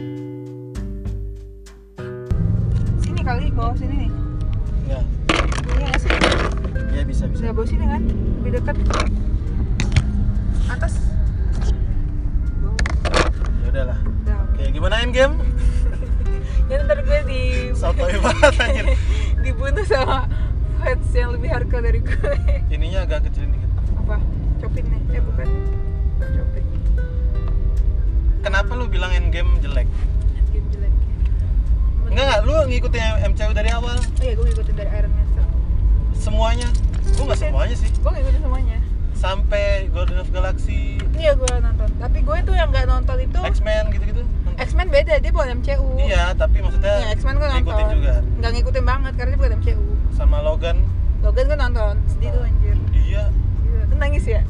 Ya, Iya bawah sini kan lebih dekat atas bawah ya udahlah udah oke oke gimana end game ya ntar gue di sotoy banget anjir dibunuh sama fans yang lebih hardcore dari gue ininya agak kecilin dikit apa copin nih eh bukan Bukan copin kenapa lu bilang end game jelek game jelek enggak enggak lu ngikutin MCU dari awal oh iya gue ngikutin dari Iron Man satu. semuanya gua nggak semuanya sih gue ngikutin semuanya sampai Guardian of Galaxy iya gue nonton tapi gue tuh yang nggak nonton itu X-Men gitu-gitu nonton. X-Men beda dia bukan MCU iya tapi maksudnya Iya, X-Men gue nonton ngikutin juga nggak ngikutin banget karena dia bukan MCU sama Logan Logan gue nonton sedih tuh anjir iya Gila, Lu nangis ya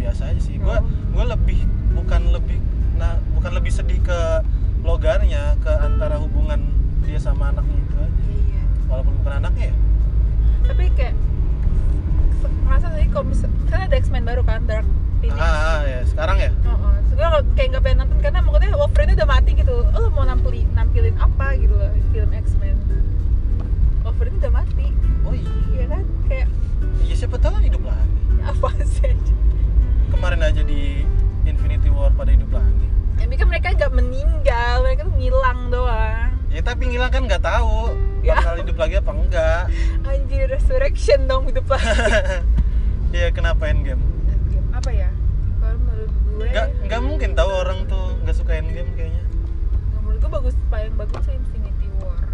biasa aja sih Oh. gua gua lebih bukan lebih nah bukan lebih sedih ke logarnya ke antara hubungan dia sama anaknya itu aja iya walaupun bukan anaknya ya tapi kayak se- masa sih kalau misal kan ada X-Men baru kan Dark Phoenix ah, ah, ya sekarang ya Oh, oh. Terus gue kayak nggak pengen nonton karena maksudnya Wolverine udah mati gitu. Lo mau nampilin nampilin apa gitu loh di film X-Men. Wolverine udah mati, oh iya iya kan? Kayak ya siapa tahu hidup lagi apa sih? kemarin aja di Infinity War pada hidup lagi Tapi kan mereka nggak meninggal, mereka tuh ngilang doang. ya tapi ngilang kan nggak tahu Ya. bakal hidup lagi apa enggak Anjir, resurrection dong hidup lagi. ya kenapa endgame apa ya? Kalau menurut gue, nggak nggak mungkin tahu orang tuh nggak suka endgame kayaknya Nah, menurut gue bagus paling bagus tuh Infinity War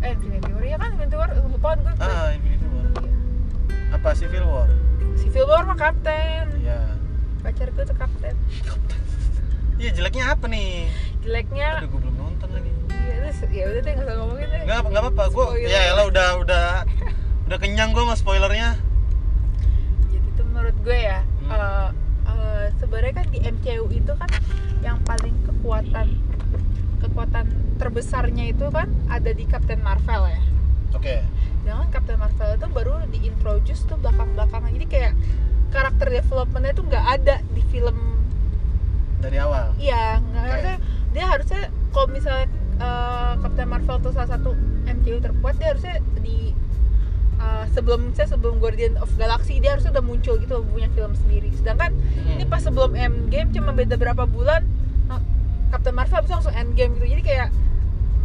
eh Infinity War ya kan Infinity War lupa gue ah Infinity War apa Civil War Civil War mah Kapten ya pacar gue tuh Kapten iya jeleknya apa nih jeleknya Aduh, gue belum nonton lagi. ya terus ya udah deh nggak usah ngomongin deh Enggak, enggak apa-apa. Gue Spoiler. ya elah udah udah udah kenyang gue sama spoilernya. jadi itu menurut gue ya Hmm. eh, eh, sebenarnya kan di MCU itu kan yang paling kekuatan kekuatan terbesarnya itu kan ada di Captain Marvel ya Oke. jangan Captain Marvel itu baru diintroduce tuh belakang belakangan jadi kayak karakter developmentnya tuh nggak ada di film Dari awal. Iya, nggak Oke. harusnya dia harusnya kalau misalnya eh, Captain Marvel tuh salah satu MCU terkuat dia harusnya di eh, sebelum saya sebelum Guardian of Galaxy dia harusnya udah muncul gitu punya film sendiri. Sedangkan ini Hmm. pas sebelum Endgame cuma beda berapa bulan eh, Captain Marvel habis itu langsung Endgame gitu. Jadi kayak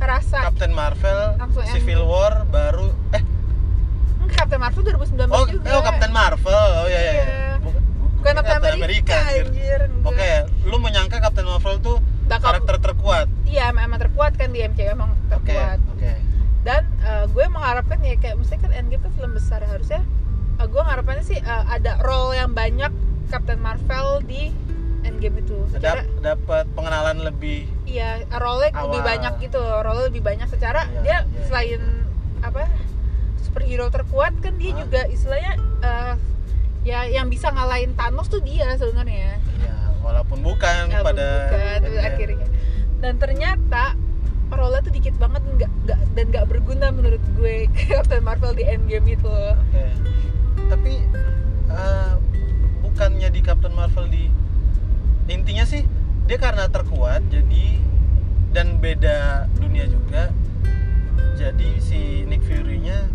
rasa Captain Marvel, Langsung Civil War baru eh "Hmm, Captain Marvel 2019 oh, juga. eh, oh Captain Marvel. Oh iya iya. Iya. Bukan, Bukan Captain Amerika, iya. anjir. anjir. Nah, Oke, lu menyangka Captain Marvel tuh karakter karakter terkuat. iya emang emang terkuat kan di MCU emang Oke. terkuat. Oke. dan eh, gue mengharapkan ya kayak misalnya kan Endgame kan film besar harusnya eh, gue harapannya sih eh, ada role yang banyak Captain Marvel di Endgame itu secara Dap- Dapat pengenalan lebih. iya role nya lebih Awal. banyak gitu role lebih banyak secara Iya, dia iya, selain apa superhero terkuat kan dia Hah? juga istilahnya eh, ya yang bisa ngalahin Thanos tuh dia sebenarnya Ya, walaupun bukan Ya, pada bukan, tuh Endgame. akhirnya dan ternyata role tuh dikit banget nggak nggak dan nggak berguna menurut gue Captain Marvel di Endgame itu loh. Oke. Tapi eh, bukannya di Captain Marvel di intinya sih dia karena terkuat jadi dan beda dunia juga. Jadi si Nick Fury-nya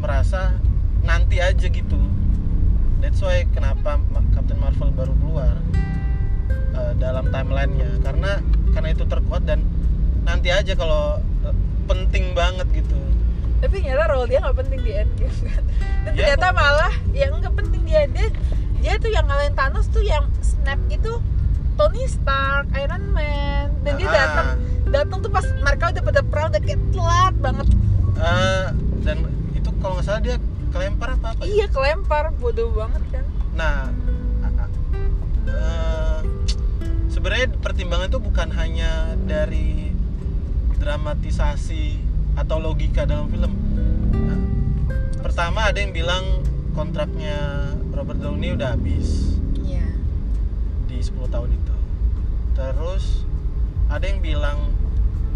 merasa nanti aja gitu. That's why kenapa Ma- Captain Marvel baru keluar eh, dalam timelinenya karena karena itu terkuat dan nanti aja kalau eh, penting banget gitu. tapi ternyata role dia nggak penting di Endgame kan dan Iya, ternyata malah yang nggak penting dia dia dia tuh yang ngalahin Thanos tuh yang snap itu Tony Stark, Iron Man, dan dia Ah. datang datang tuh pas mereka udah pada perang udah kayak telat banget Eh, dan itu kalau nggak salah dia kelempar apa apa iya kelempar bodoh banget kan nah a- a- eh, sebenarnya pertimbangan itu bukan hanya dari dramatisasi atau logika dalam film Nah, pertama ada yang bilang kontraknya Robert Downey udah habis iya di 10 tahun itu terus ada yang bilang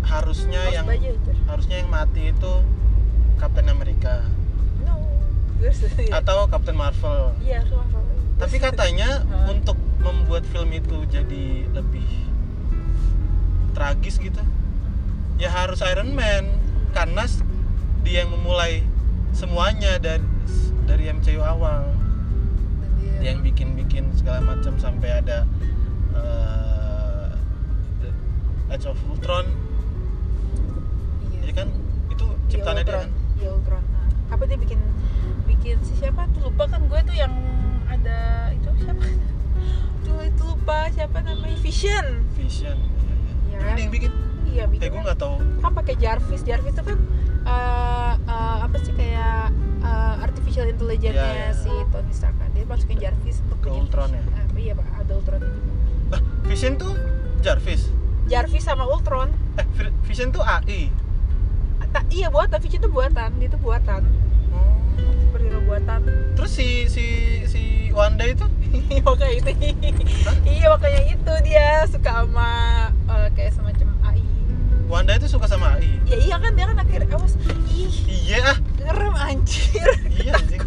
harusnya Kaos yang baju aja. harusnya yang mati itu Captain America no terus atau Captain Marvel iya harus Marvel. tapi kan katanya Hah? untuk membuat film itu jadi lebih tragis gitu ya harus Iron Man karena s- dia yang memulai semuanya dari s- dari MCU awal Dan dia- dia yang bikin-bikin segala macam sampai ada eh, The Age of Ultron iya. jadi kan itu ciptaannya dia Ultron. kan Iya, Ultron. Nah, apa dia bikin bikin si siapa tuh lupa kan gue tuh yang ada itu siapa tuh itu lupa siapa namanya Vision Vision Iya iya iya kan? dia yang bikin iya eh bikin gue nggak tahu kan pakai Jarvis Jarvis itu kan eh, eh, apa sih kayak eh, artificial intelligence nya Iya, iya. si Tony Stark kan. dia masukin Jarvis untuk Ke bikin Ultron Vision. ya? Ah, iya pak ada Ultron itu lah Vision tuh Jarvis Jarvis sama Ultron eh Vi- Vision tuh AI Ta- iya buatan Vision itu buatan dia itu buatan superhero buatan terus si si si Wanda itu iya makanya itu iya makanya itu dia suka sama eh, kayak semacam AI Wanda itu suka sama AI ya iya kan dia kan akhirnya awas ih iya ah ngerem anjir iya anjing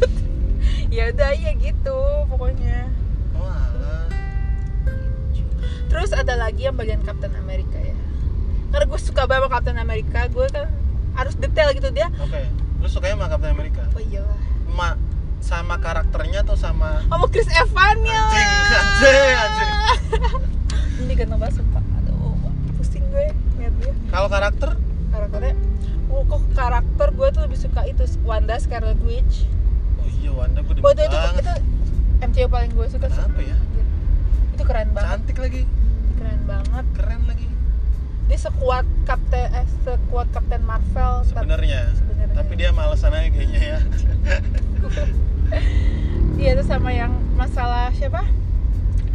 ya udah iya gitu pokoknya oh alah Terus ada lagi yang bagian Captain America ya. Karena gue suka banget sama Captain America, gue kan harus detail gitu dia. oke lu sukanya sama Captain America Oh iyalah. Ma, sama karakternya atau sama Sama Chris Evans ya. anjing anjing anjing Ini ganteng banget sumpah. Aduh, wah, pusing gue ngeliat dia. kalau karakter Karakternya Oh, kok karakter gue tuh lebih suka itu Wanda Scarlet Witch. oh iya Wanda gue Oh, demen itu itu, banget itu MCU paling gue suka sih. kenapa ya Anjir. Itu keren banget, cantik lagi keren banget. keren lagi Dia sekuat Captain eh, sekuat Captain Marvel tapi- sebenarnya sebenarnya. tapi dia malesan aja kayaknya ya Iya itu sama yang masalah siapa?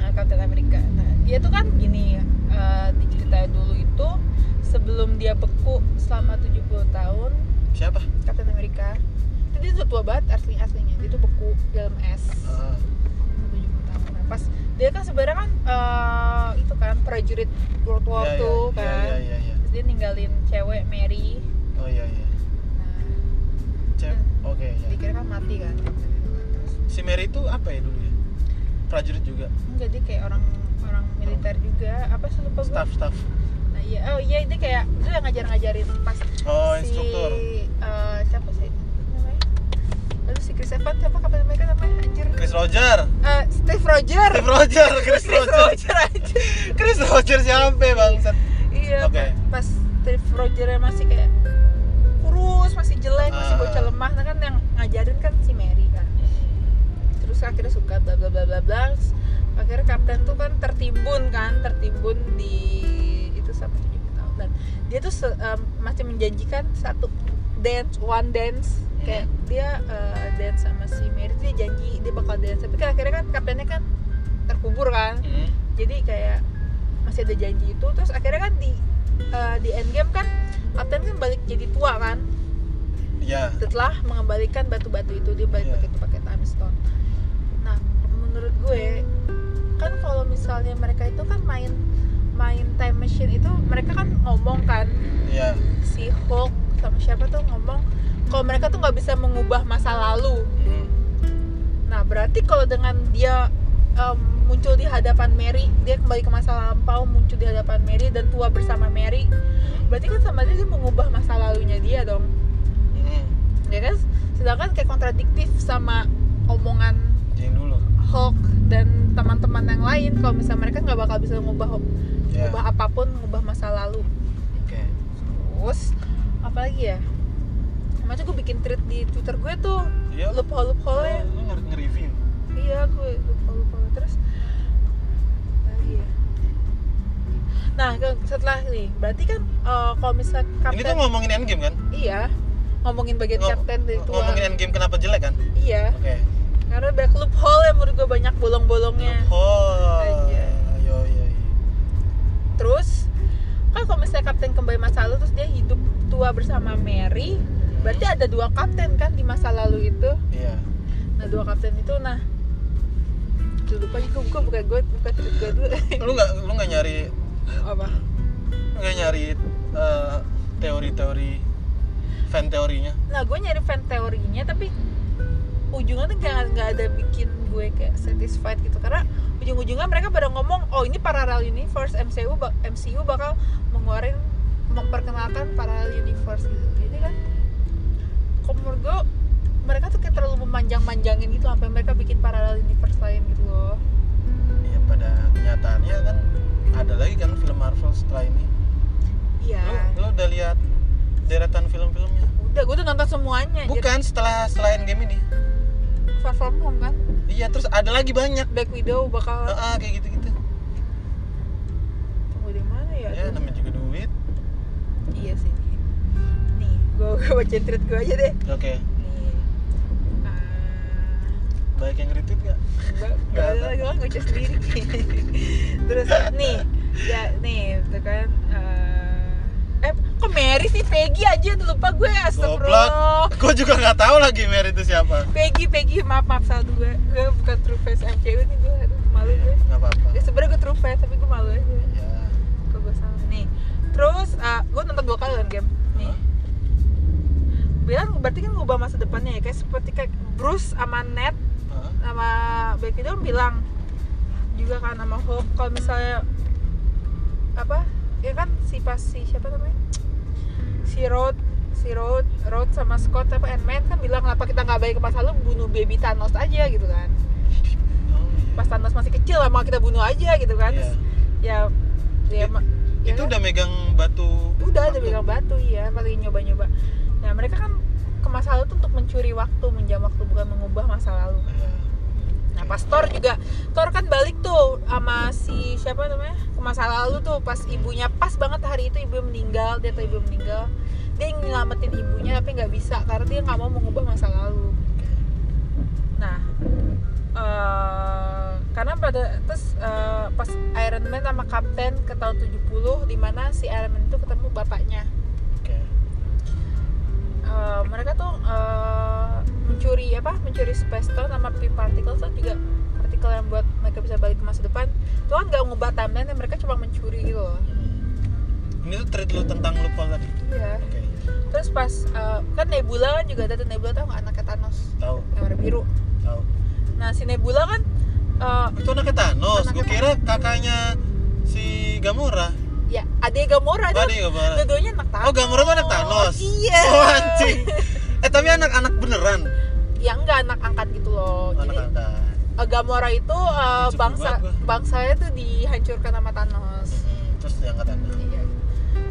Eh, Captain America. Nah, dia tuh kan gini eh diceritain dulu itu sebelum dia beku selama 70 tahun siapa Captain America. Itu dia tuh tua banget asli aslinya. Dia tuh beku dalam es Ah, selama 70 tahun. Nah, pas dia kan sebenarnya kan eh, itu kan prajurit World War iya, II iya, kan. iya iya iya Terus dia ninggalin cewek Mary. oh iya iya Nah, Cep, oke iya. dikira kan mati kan. Terus si Mary itu apa ya dulu ya prajurit juga enggak dia kayak orang orang militer juga apa sih lupa gue staff staff nah iya oh iya dia kayak dia yang ngajar-ngajarin pas oh si instruktur eh, siapa sih namanya lalu si Chris Evans siapa kapan mereka namanya anjir Chris Roger Eh, Steve Roger Steve Roger Chris Chris Roger Roger anjir Chris Roger siapa bangsat iya Oke. pas Steve Roger masih kayak kurus masih jelek masih Ah. bocah lemah nah kan yang ngajarin kan si Mary kan terus akhirnya suka bla bla bla bla bla Terus akhirnya kapten tuh kan tertimbun kan tertimbun di itu sama 70 tahun dan dia tuh se- em, masih menjanjikan satu dance one dance kayak Mm-hmm. dia eh, dance sama si Mary tuh dia janji dia bakal dance tapi kan akhirnya kan kaptennya kan terkubur kan Hmm. jadi kayak masih ada janji itu terus akhirnya kan di eh, di endgame kan kapten kan balik jadi tua kan ya setelah mengembalikan batu-batu itu dia balik Iya. pakai pakai time stone. Nah, menurut gue kan kalau misalnya mereka itu kan main main time machine itu mereka kan ngomong kan ya si Hulk sama siapa tuh ngomong kalau mereka tuh nggak bisa mengubah masa lalu. Hmm. Nah, berarti kalau dengan dia em, muncul di hadapan Mary, dia kembali ke masa lampau, muncul di hadapan Mary dan tua bersama Mary, berarti kan sama aja dia mengubah masa lalunya dia dong. Hmm. ya kan sedangkan kayak kontradiktif sama omongan yang dulu Hulk dan teman-teman yang lain kalau misalnya mereka nggak bakal bisa ngubah ya ngubah apapun ngubah masa lalu oke terus apalagi ya macam gue bikin tweet di Twitter gue tuh Iya, lu loophole loophole nya lu nge- nge-review iya gue loophole loophole terus apalagi ya nah ke- setelah nih berarti kan eh, kalau misalnya ini tuh kapten ngomongin endgame kan iya ngomongin bagian Ngom- kapten dari tua ngomongin endgame kenapa jelek kan iya oke karena banyak loophole yang menurut gue banyak bolong-bolongnya oh Aja. yo yo terus kan kalau misalnya kapten kembali masa lalu terus dia hidup tua bersama Mary berarti ada dua kapten kan di masa lalu itu iya nah dua kapten itu nah Aduh, lupa nih gue buka buka gue buka tweet gue dulu lu nggak lu nggak nyari apa lu nggak nyari eh, teori-teori fan teorinya nah gue nyari fan teorinya tapi ujungnya tuh nggak nggak ada bikin gue kayak satisfied gitu karena ujung-ujungnya mereka pada ngomong oh ini parallel universe MCU bak- MCU bakal mengeluarkan memperkenalkan parallel universe gitu jadi kan kalau menurut gue mereka tuh kayak terlalu memanjang-manjangin gitu sampai mereka bikin paralel universe lain gitu loh ya pada kenyataannya kan ada lagi kan film Marvel setelah ini iya lo, lo udah lihat deretan film-filmnya udah gue tuh nonton semuanya anjir. bukan setelah setelah Endgame ini far from home kan iya terus ada lagi banyak Black Widow bakal Ah, ah, kayak gitu-gitu tunggu di mana ya, ya namanya juga duit iya sih nih gue gue bacain tweet gue aja deh oke nih Ah, baik yang retweet gak Mbak- Mbak Nggak ada. Lala doang ngoceh sendiri Terus nih Ya nih Itu kan eh, Eh kok Mary sih Peggy aja tuh lupa gue Astagfirullah goblok gue juga nggak tahu lagi Mary itu siapa Peggy Peggy maaf maaf salah gue Gue bukan true fans MCU nih gue aduh, malu gue nggak apa-apa ya, sebenernya gue true fans tapi gue malu aja ya Kok gue salah nih Terus ah, gue nonton dua kali kan game Nih Hah? Bilang berarti kan ngubah masa depannya ya Kayak seperti kayak Bruce sama Ned Hah? sama Black Widow bilang juga kan sama Hulk kalau misalnya apa ya kan si pas si siapa namanya si Road si Road Road sama Scott apa Ant-Man kan bilang kenapa kita nggak balik ke masa lalu bunuh baby Thanos aja gitu kan Oh, iya. pas Thanos masih kecil lah mau kita bunuh aja gitu kan Terus, ya ya, ma- ya itu kan? udah megang batu udah ada batu. bilang batu iya paling nyoba-nyoba nah mereka kan ke masa lalu tuh untuk mencuri waktu menjam waktu bukan mengubah masa lalu Iya. Nah pas Thor juga Thor kan balik tuh sama si siapa namanya ke masa lalu tuh pas ibunya pas banget hari itu ibu meninggal dia tuh ibu meninggal dia ingin nyelamatin ibunya tapi nggak bisa karena dia nggak mau mengubah masa lalu. Nah eh, karena pada terus eh, pas Iron Man sama Kapten ke tahun 70 di mana si Iron Man itu ketemu bapaknya oke Eh, mereka tuh eh, mencuri apa mencuri space stone sama p particle tuh juga partikel yang buat mereka bisa balik ke masa depan itu kan nggak ngubah timeline mereka cuma mencuri gitu loh Hmm. ini tuh treat lu tentang lupa tadi iya oke terus pas eh, kan Nebula kan juga ada tuh Nebula tau nggak anaknya Thanos tahu yang warna biru tahu nah si Nebula kan eh, itu anaknya Thanos Anaknya gue kira kakaknya si Gamora ya adek Gamora itu Apa ada ya Gamora dua-duanya anak Thanos oh Gamora tuh anak Thanos iya oh anjing eh tapi anak-anak beneran ya enggak anak angkat gitu loh jadi anak-anak eh, Gamora itu eh, Lucu bangsa banget gua. bangsanya tuh dihancurkan sama Thanos Hmm, terus diangkat anak Iya.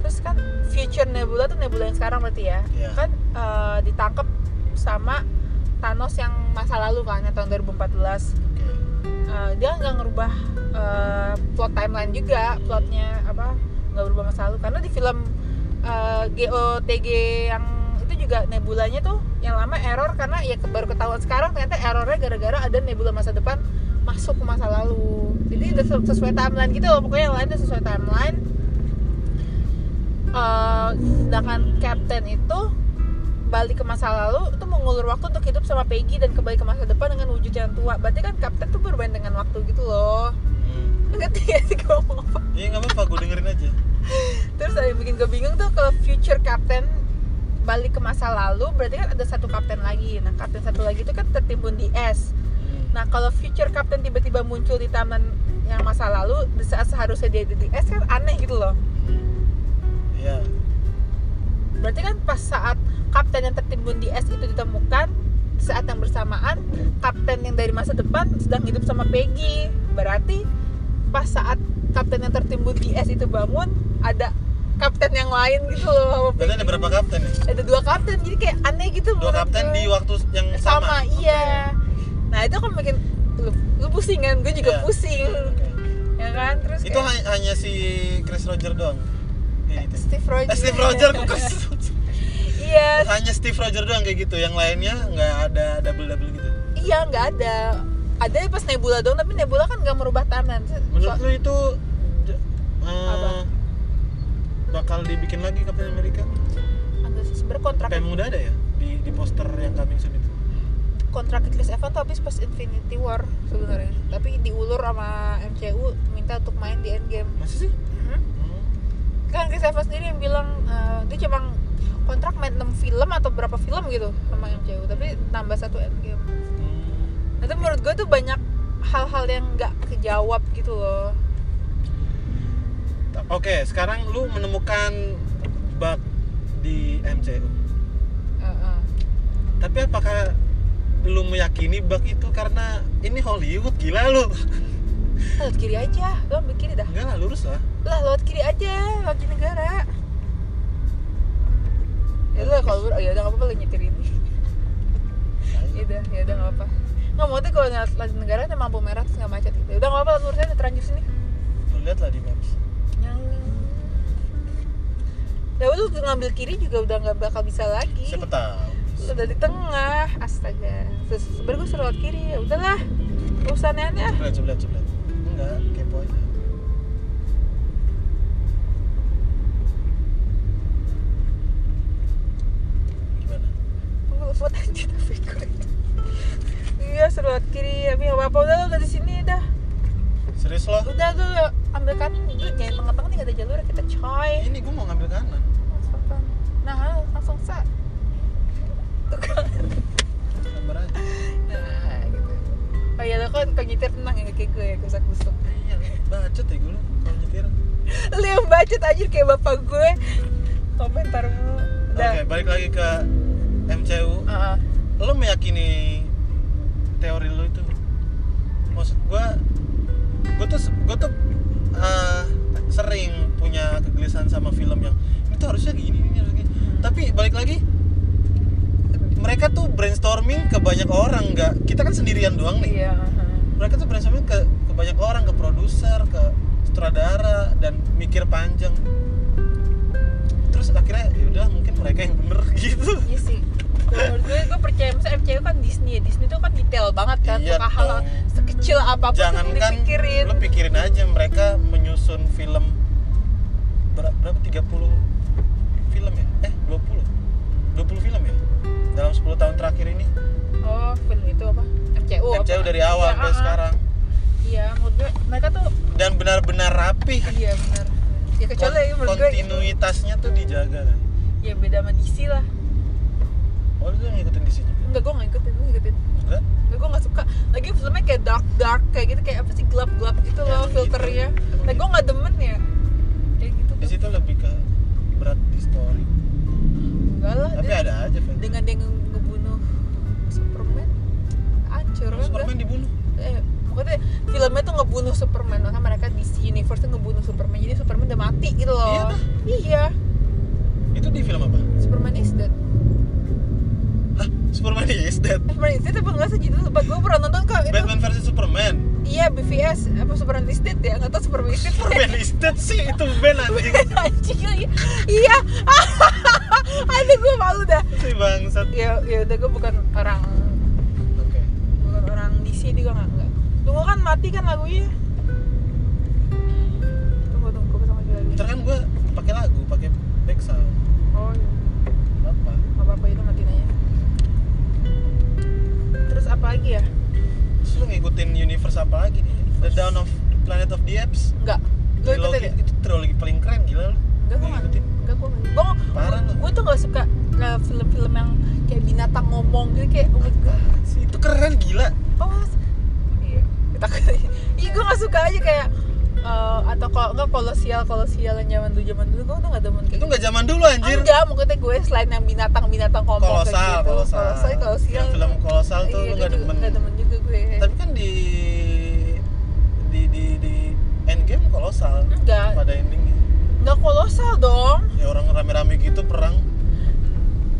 Terus kan future Nebula tuh Nebula yang sekarang berarti ya. Iya. Kan eh, ditangkap sama Thanos yang masa lalu kan yang tahun 2014. oke Eh, dia nggak ngerubah eh, plot timeline juga, plotnya apa nggak berubah masa lalu karena di film eh, GOTG yang itu juga nebulanya tuh yang lama error karena ya ke- baru ketahuan sekarang ternyata errornya gara-gara ada nebula masa depan masuk ke masa lalu jadi udah se- sesuai timeline gitu loh pokoknya yang lain udah sesuai timeline Eh, sedangkan Captain itu balik ke masa lalu itu mengulur waktu untuk hidup sama Peggy dan kembali ke masa depan dengan wujud yang tua berarti kan Captain tuh bermain dengan waktu gitu loh Hmm. Lu ngerti gak sih gue ngomong apa iya nggak apa-apa gue dengerin aja terus ada yang bikin gue bingung tuh kalau future Captain balik ke masa lalu berarti kan ada satu Captain lagi nah Captain satu lagi itu kan tertimbun di es Hmm. Nah kalau future captain tiba-tiba muncul di taman yang masa lalu di saat seharusnya dia ada di es kan aneh gitu loh. Hmm. iya Berarti kan pas saat kapten yang tertimbun di es itu ditemukan di saat yang bersamaan kapten yang dari masa depan sedang hidup sama Peggy. Berarti pas saat kapten yang tertimbun di es itu bangun ada kapten yang lain gitu loh. sama berarti ada Peggy. berapa kapten nih Ada dua kapten jadi kayak aneh gitu. dua menurut kapten gue. di waktu yang sama, sama, iya. Nah itu kan bikin lu, lu pusing kan, gue juga Iya. pusing. Oke. ya kan terus itu kayak hanya, hanya si Chris Roger doang Kayak gitu. Steve Rogers Eh, Steve Roger kok Chris Roger? iya hanya Steve Roger doang kayak gitu yang lainnya nggak ada double double gitu iya nggak ada ada ya pas Nebula doang tapi Nebula kan nggak merubah timeline So- menurut lu itu j- eh, Apa? bakal dibikin lagi Captain America ada sih sebenarnya kontrak kayak emang udah ada ya di, di poster yang coming soon itu kontrak Chris Evans tuh habis pas Infinity War sebenarnya tapi diulur sama MCU minta untuk main di Endgame masih sih Hmm. kan Chris Evans sendiri yang bilang eh, dia cuma kontrak main 6 film atau berapa film gitu sama MCU tapi tambah satu Endgame Hmm. Nah, itu menurut gue tuh banyak hal-hal yang nggak kejawab gitu loh Ta- oke sekarang lu menemukan bug di MCU Eh, Heeh. tapi apakah lu meyakini bug itu karena ini Hollywood gila Lah, lu lewat Nah, kiri aja lo ambil kiri dah enggak lah lurus lah lah lewat kiri aja lewat kiri negara ya udah kalau oh, ya udah nggak apa-apa lo nyetir ini ya udah ya udah nggak apa nggak mau tuh kalau lewat lewat negara tuh mampu merah terus nggak macet gitu udah nggak apa-apa lurus aja terlanjur sini lu lihat lah di maps yang ya lu ngambil kiri juga udah nggak bakal bisa lagi siapa tahu udah di tengah astaga terus sebenernya gue suruh lewat kiri ya udahlah urusannya aneh Jeblet, jeblet, jeblet. Enggak, kepo aja. Gimana? ngelepot aja tapi gue iya suruh lewat kiri tapi nggak apa-apa udah lu udah di sini dah Serius lo? udah lu ambil kan kanan dulu jangan tengah-tengah nih nggak ada jalur kita coy Ini gue mau ngambil kanan. nah halo, langsung sa Gambar aja. nah gitu oh iya lo kan kalau nyetir tenang ya nggak kayak gue ya gusak gusuk Iya, bacot ya gue lu kalau nyetir. lu yang bacot aja kayak bapak gue komentar mulu Oke, udah balik lagi ke MCU. Ah, ah. Lo meyakini teori lo itu? Maksud gue, gue tuh gue tuh eh, sering punya kegelisahan sama film yang itu harusnya gini, ini harusnya gini. Tapi balik lagi, mereka tuh brainstorming ke banyak orang nggak? Kita kan sendirian doang nih. iya ah, ah. mereka tuh brainstorming ke, ke banyak orang ke produser ke sutradara dan mikir panjang terus akhirnya yaudah mungkin mereka yang bener gitu Iya sih. Kalau menurut gue, gue percaya misalnya MCU kan Disney ya Disney tuh kan detail banget kan Iya Suka hal dong. kan sekecil apapun tuh jangankan dipikirin lo pikirin aja mereka menyusun film ber- berapa 30 film ya eh 20 20 film ya dalam 10 tahun terakhir ini Oh film itu apa? MCU MCU apa? dari awal Iya, sampai ah, ah. sekarang Iya menurut gue mereka tuh dan benar-benar rapi Iya benar Ya kecuali ya, menurut gue kontinuitasnya tuh dijaga kan Ya beda sama DC lah oh lu ngikutin di sini juga Enggak gue gak ngikutin, gue ngikutin enggak Enggak gue gak suka Lagi filmnya kayak dark-dark kayak gitu Kayak apa sih gelap-gelap gitu Ya, loh emang filternya gitu. Emang Nah gue gak demen ya Kayak gitu di situ lebih ke berat di story Enggak lah tapi dia- ada aja fan Dengan dia nge- ngebunuh Superman Hancur kan Superman dibunuh eh pokoknya filmnya tuh ngebunuh Superman makanya mereka DC Universe tuh ngebunuh Superman jadi Superman udah mati gitu loh Iya, dah. iya itu di film apa Superman is dead lah Superman is dead Eh, Superman is dead apa enggak sih judul lupa gue pernah nonton kok itu Batman versus Superman iya BVS apa Superman is dead ya nggak tau Superman is dead Superman is dead sih itu Ben anjing anjing lagi iya aduh gue malu dah si bangsat oke ya ya udah gue bukan orang bukan orang DC juga nggak nggak tunggu kan mati kan lagunya tunggu tunggu gue pasang lagi lagi ntar kan gue pakai lagu pakai back sound oh iya. apa Gak apa-apa itu matiin aja Terus apa lagi ya? terus lu ngikutin universe apa lagi nih The Dawn of the Planet of the Apes Enggak Lu ikutin trilogi ya? itu trilogi paling keren gila lu Enggak gue Lu gak ngikutin Enggak gue gak Gue Parah lu. Gue tuh gak suka uh, film-film yang kayak binatang ngomong gitu kayak oh my god sih itu keren gila oh mas iya takut aja. iya gue gak suka aja kayak eh, atau kalau enggak kolosial kolosial yang zaman dulu zaman dulu gue tuh gak demen kayak itu gitu. nggak zaman dulu anjir enggak maksudnya gue selain yang binatang binatang ngomong kolosal kayak gitu. kolosal kolosal kolosial Yang film kolosal tuh lu iya, nggak demen gak demen juga gue tapi kan di di di di endgame kolosal enggak pada endingnya enggak kolosal dong ya orang rame-rame gitu perang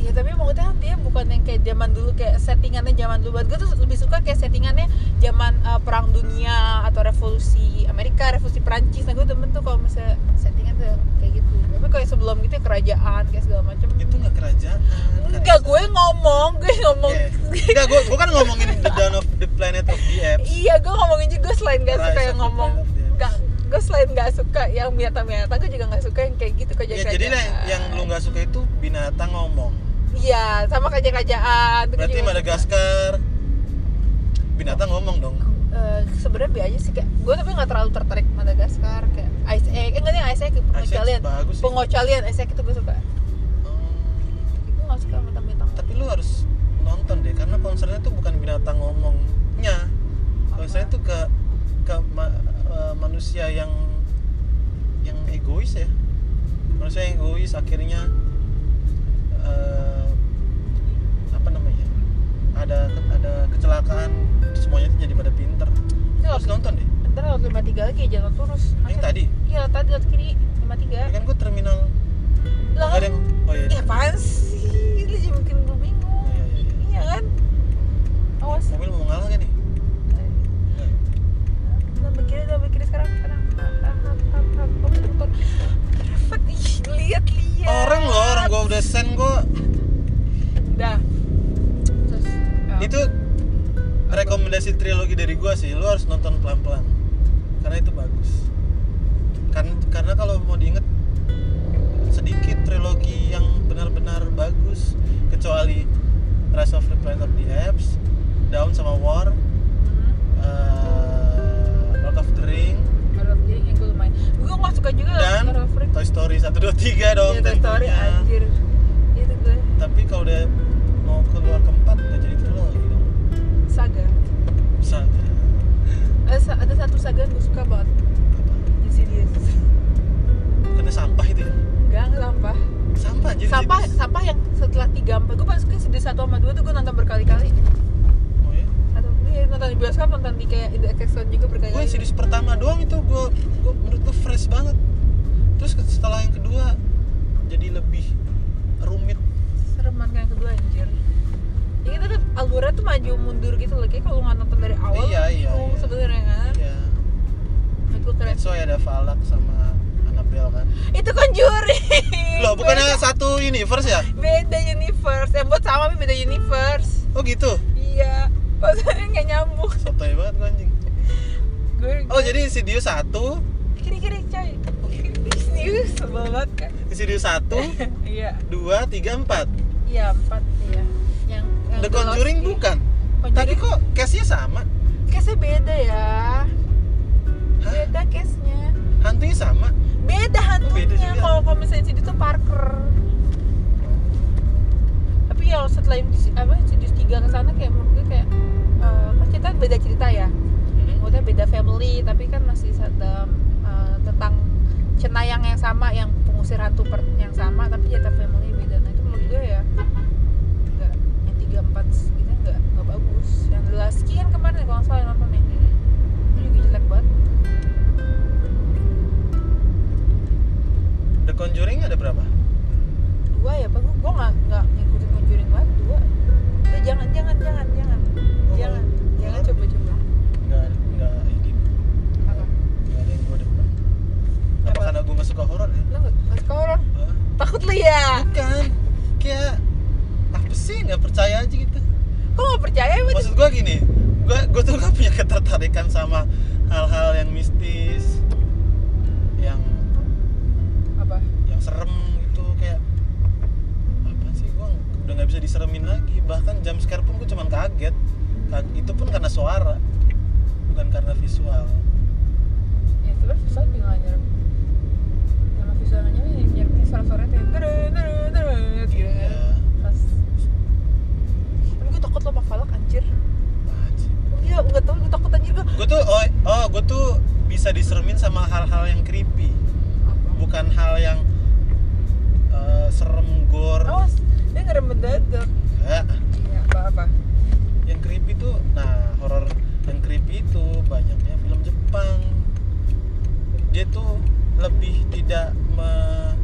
ya tapi maksudnya dia bukan yang kayak zaman dulu kayak settingannya zaman dulu banget gue tuh lebih suka kayak settingannya zaman eh, perang dunia atau revolusi Amerika revolusi Perancis nah gue demen tuh kalau misalnya settingan tuh kayak gitu tapi kayak sebelum gitu ya kerajaan kayak segala macam itu nggak kerajaan enggak gue ngomong gue ngomong Iya, enggak gue gue kan ngomongin the dawn of the planet of the apes iya gue ngomongin juga gue selain gak suka Rise yang of the ngomong Planet of the Apes. gak gue selain gak suka yang binatang-binatang gue juga gak suka yang kayak gitu kayak ya jadi lah yang- yang lu nggak suka itu binatang ngomong iya sama kerajaan-kerajaan Itu gue juga gak berarti suka. Madagaskar binatang ngomong dong Eh, sebenarnya biasa sih kayak gue tapi nggak terlalu tertarik Madagaskar kayak Ice Egg eh nggak nih Ice Egg Ice Age pengocalian bagus sih pengocalian Ice Egg itu gue suka Hmm, gue nggak suka sama bintang tapi lu harus nonton deh karena konsernya tuh bukan binatang ngomongnya konsernya tuh ke ke ma- eh, manusia yang yang egois ya manusia yang egois akhirnya eh, e, apa namanya ada ada kecelakaan semuanya itu jadi pada pinter Itu terus laut- nonton deh ntar laut 53 lagi jalan lurus yang Masa- tadi iya tadi laut kiri ya 53 kan gue terminal lah ada yang oh iya ya apaan sih lu jangan bikin gue bingung Iya, iya, iya. iya kan awas mobil mau ngalah gak nih Enggak. Nambah kiri, nambah kiri sekarang sekarang. Hap, hap, hap, hap. Mobil motor. Reflek, ih, lihat lihat. orang loh orang gue udah send gue Udah. Terus. eh, itu rekomendasi trilogi dari gua sih lu harus nonton pelan-pelan karena itu bagus karena karena kalau mau diinget sedikit trilogi yang benar-benar bagus kecuali Rise of the Planet of the Apes Down sama War mhm. uh, Lord of the Ring Baru jadi yang gue lumayan. Gue nggak suka juga. Dan Horror Freak. Toy Story 1, 2, 3 dong Iya, Toy Story tentunya. anjir. Iya, Itu gue tapi kalau udah mau keluar keempat udah jadi trilogi dong saga. bisa Ada, sa- ada satu saga yang gue suka banget. Insidious. kena sampah itu ya Enggak, enggak sampah. sampah jadi sampah, sampah yang setelah tiga empat. Gue pas ke Insidious satu sama dua tuh gue nonton berkali-kali. oh, ya? Satu, iya, nonton di bioskop, nonton di kayak The Exxon juga gue berkali-kali. series pertama doang itu gue menurut gue fresh banget terus ke- setelah yang kedua jadi lebih rumit serem banget yang kedua anjir ya kita tuh alurnya tuh maju mundur gitu loh kayak kalau nggak nonton dari awal Iya, tuh iya, bingung iya. sebenarnya kan ya nah, gue keren so ada Falak sama Annabelle kan itu Conjuring loh bukannya Beda- satu universe ya beda universe yang buat sama tapi beda universe oh gitu iya maksudnya nggak nyambung sotoy banget gua, anjing gue oh jadi Insidious satu kiri kiri coy serius sebel banget kan Insidious satu iya dua tiga empat iya empat iya yang, yang The The Lost Conjuring Key. bukan Conjuring tapi kok case nya sama case-nya beda ya Hah? beda case-nya hantunya sama beda Oh, beda hantunya juga. kalau kalau misalnya CD itu Parker tapi ya setelah Insidious- apa Insidious 3 ke sana kayak menurut gue kayak eh, kan kita beda cerita ya maksudnya beda family tapi kan masih ada eh, tentang cenayang yang sama yang pengusir hantu per- yang sama tapi cerita family beda nah itu menurut gue ya enggak yang 3 4 gitu enggak enggak bagus yang The Last Key kan kemarin kalau nggak salah yang nontonnya itu juga jelek banget The Conjuring ada berapa dua ya pak gue nggak nggak ngikutin conjuring banget dua Udah, jangan jangan jangan jangan Oh, jangan malah. jangan Malah. coba coba nggak nggak ini nggak ada yang gue depan apa Apa? karena gue nggak suka horor ya lo nggak nggak suka horor Hah? takut lo ya kan kayak apa sih nggak percaya aja gitu kok nggak percaya emang maksud gue gini gue gue tuh gak punya ketertarikan sama hal-hal yang mistis yang apa yang serem gitu kayak apa sih gue udah nggak bisa diseremin lagi bahkan jam scare pun gue cuman kaget Kag- itu pun karena suara bukan karena visual ya sebenarnya visual juga nggak nyerem sama visual nggak nyerem yang nyerem suara-suara kayak terus terus terus gitu kan Iya. pas tapi gue takut lo sama falak anjir Apaan sih? iya nggak tau gue takut anjir gue gue tuh oh, oh gue tuh bisa diseremin sama hal-hal yang creepy apa bukan hal yang eh, serem gore awas dia ngerem mendadak Enggak. iya apa apa yang creepy tuh nah horor yang creepy itu banyaknya film Jepang dia tuh lebih tidak me-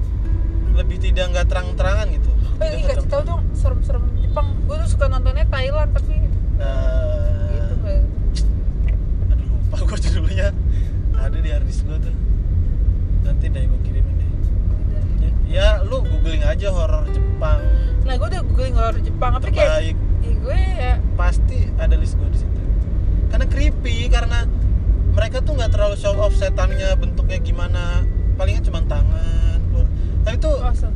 lebih tidak nggak terang-terangan gitu Oh ini Dia nggak kasih tau terang- dong serem-serem Jepang. Gue tuh suka nontonnya Thailand tapi Nah, gitu nggak. aduh lupa gue judulnya ada di harddisk gue tuh nanti deh gue kirimin deh Beda. ya lu googling aja horor Jepang Nah gue udah googling horor Jepang tapi kayak terbaik di gue ya pasti ada list gue di situ karena creepy karena mereka tuh nggak terlalu show off setannya bentuknya gimana palingnya cuma tangan keluar. tapi tuh awesome.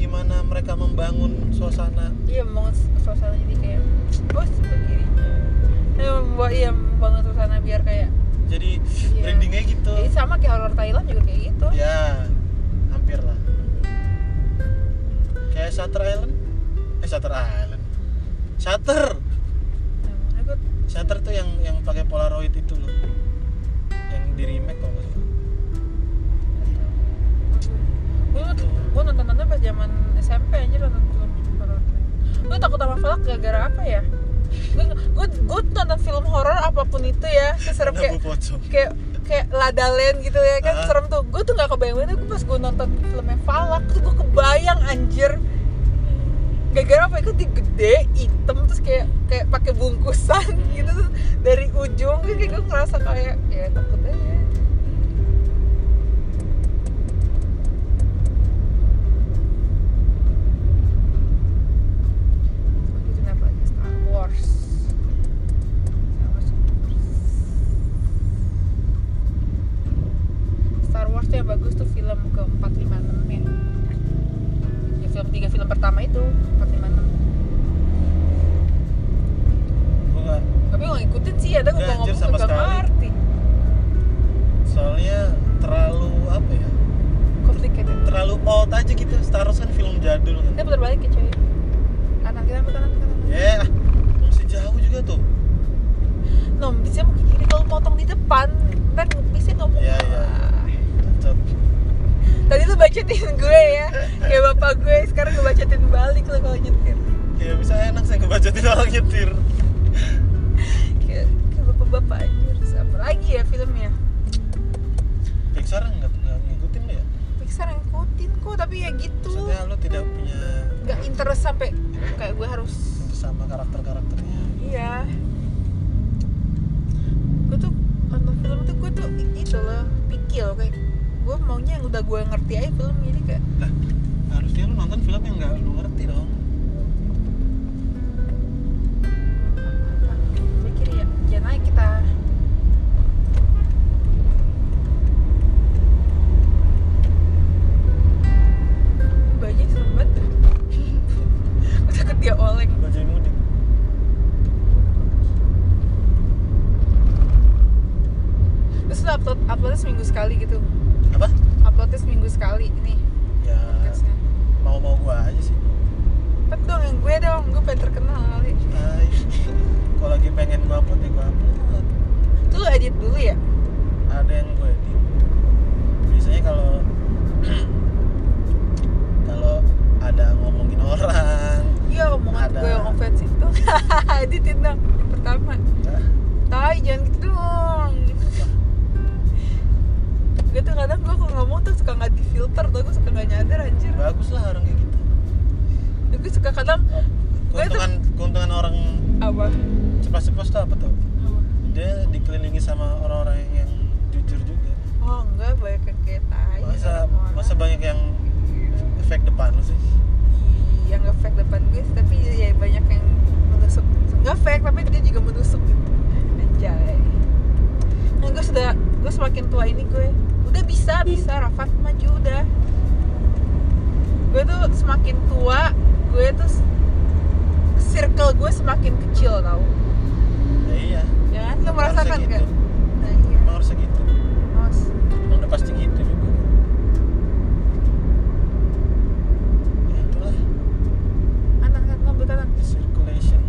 gimana mereka membangun suasana Iya membangun suasana jadi kayak bos begini. Nah, membuat iya membangun suasana biar kayak jadi Iya. brandingnya gitu jadi sama kayak horor Thailand juga kayak gitu. ya hampir lah kayak Shutter Island eh Shutter Island Shutter Nah, gue Shutter tuh yang yang pakai Polaroid itu loh yang di remake kalau nggak salah gue gue nonton nonton pas zaman SMP aja nonton film horor. Lu takut sama falak gara-gara apa ya? gue gue nonton film horor apapun itu ya seserem Karena kayak Bu pocong. kayak kayak Ladalen gitu ya kan Ah. serem tuh gue tuh nggak kebayang banget gue pas gue nonton filmnya Falak tuh gue kebayang anjir gara-gara apa itu gede hitam terus kayak kayak pakai bungkusan gitu terus dari ujung kan kayak gue ngerasa kayak ya takut aja Gitu, kenapa lagi? Star Wars. Star Wars. Star Wars tuh yang bagus tuh film ke 456 ya. ya film tiga film pertama itu 456 Gua nggak- tapi gue ngikutin sih ada gue Nggak, anjir, ngomong sama tuh gak sekali. ngerti soalnya terlalu apa ya? complicated Terlalu old aja gitu. Star Wars kan film jadul kita kan. putar balik ya coy Ah, kanan kita apa kanan kanan Ya, masih jauh juga tuh. nom bisa mau ke kiri kalau potong di depan ntar bisa nggak mau Iya, iya. Ah. Cocok. tadi lu bacotin gue ya kayak bapak gue sekarang gue bacotin balik lo kalau nyetir Ya bisa enak saya ngebacotin orang nyetir. kayak kayak bapak-bapak aja terus apa lagi ya filmnya Pixar nggak nggak ngikutin lo ya? Pixar yang ngikutin kok tapi ya gitu Maksudnya lo tidak punya nggak interest sampai kayak gue harus sama karakter-karakternya. iya gue tuh nonton film tuh gue tuh i- itu loh pikil kayak gue maunya yang udah gue ngerti aja film jadi kayak Lah, harusnya lo nonton film yang nggak lo ngerti dong. pikir ya jangan aja kita baju serem banget dah. Gue takut dia oleng Bajaj mudik. terus lu upload uploadnya seminggu sekali gitu Apa? uploadnya seminggu sekali ini Ya podcastnya mau-mau gua aja sih. Cepet dong yang gue dong gue pengen terkenal kali Tai. Nah, Kalau lagi pengen gua upload ya gua upload. tuh lu edit dulu ya Ada yang gua edit. Biasanya kalau kalau ada ngomongin orang, iya omongan Ada. gue yang ofensif tuh editin dong yang pertama Hah? tai jangan gitu dong gue tuh kadang gue kalau ngomong tuh suka nggak difilter tuh gue suka nggak nyadar anjir bagus lah orang kayak Oh. gitu. gue suka kadang Gua tuh- Keuntungan keuntungan orang apa ceplos-ceplos tuh apa tuh? apa Dia dikelilingi sama orang-orang yang jujur juga. oh enggak banyak yang kayak tai Masa orang-orang. masa banyak yang efek depan lu sih? Iya, nggak fake depan gue sih, tapi ya banyak yang menusuk nggak fake tapi dia juga menusuk gitu anjay nah gue sudah gue semakin tua ini gue udah bisa bisa Rafat maju udah gue tuh semakin tua gue tuh s- circle gue semakin kecil tau Ya iya. jangan lo Emang merasakan harusnya nggak gitu. nah iya Emang harusnya gitu. Mas. Emang udah pasti gitu juga. Ya itulah anak anak ngambil kanan the circulation.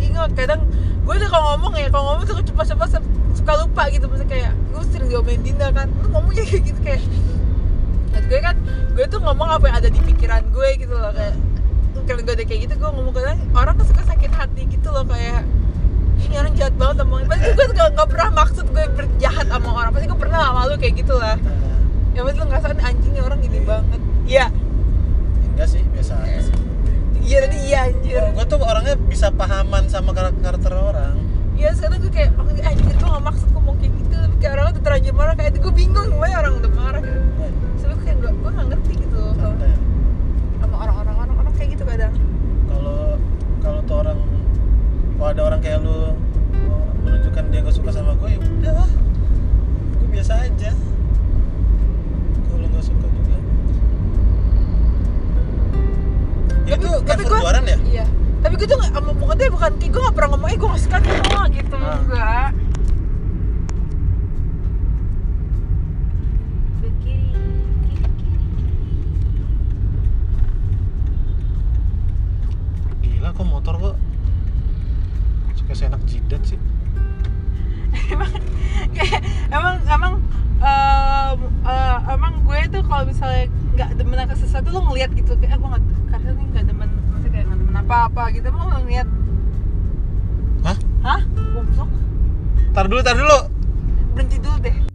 ingat kadang gue tuh kalau ngomong ya kalau ngomong tuh cepat-cepat suka lupa gitu maksudnya kayak gue sering diomelin Dinda kan lu ngomongnya kayak gitu kayak Maksud gue kan gue tuh ngomong apa yang ada di pikiran gue gitu loh kayak kalau gue udah kayak gitu gue ngomong kadang orang tuh suka sakit hati gitu loh kayak ini orang jahat banget ngomongnya pasti gue tuh gak, gak pernah maksud gue berjahat sama orang pasti gue pernah sama lu kayak gitu lah Nah, ya pasti lu ngerasa "Ini anjingnya orang gini Iya. banget iya enggak sih biasa aja sih. iya tadi iya anjir Gue tuh orangnya bisa pahaman sama karakter karakter orang. Iya sekarang gue kayak maksudnya anjir gue gak maksud ngomong kayak gitu Tapi kayak orang tuh terlanjur marah kayak itu gue bingung gue orang udah marah gitu Wah, Tapi gue kayak gak, gue gak ngerti gitu loh kalau santai. sama orang-orang orang-orang kayak gitu kadang Kalau kalau tuh orang kalau ada orang kayak lu oh, menunjukkan dia gak suka sama gue ya udah gue biasa aja kalau nggak suka juga Tapi- itu tapi cover gua- juaran ya Iya Tapi gue tuh gak, sama dia bukan kayak gue gak pernah ngomong Eh gue gak suka nih lo," gitu Ah. Enggak Kiri, kiri, Gila kok motor kok suka seenak jidat sih. Kayak, emang emang eh, eh, emang gue "Eh, tuh kalau misalnya nggak demen akan sesuatu lo ngeliat gitu kayak ah, gue nggak karena ini nggak demen maksudnya kayak nggak demen apa apa-apa gitu emang lo ngeliat Hah? hah goblok Tar dulu, tar dulu. berhenti dulu deh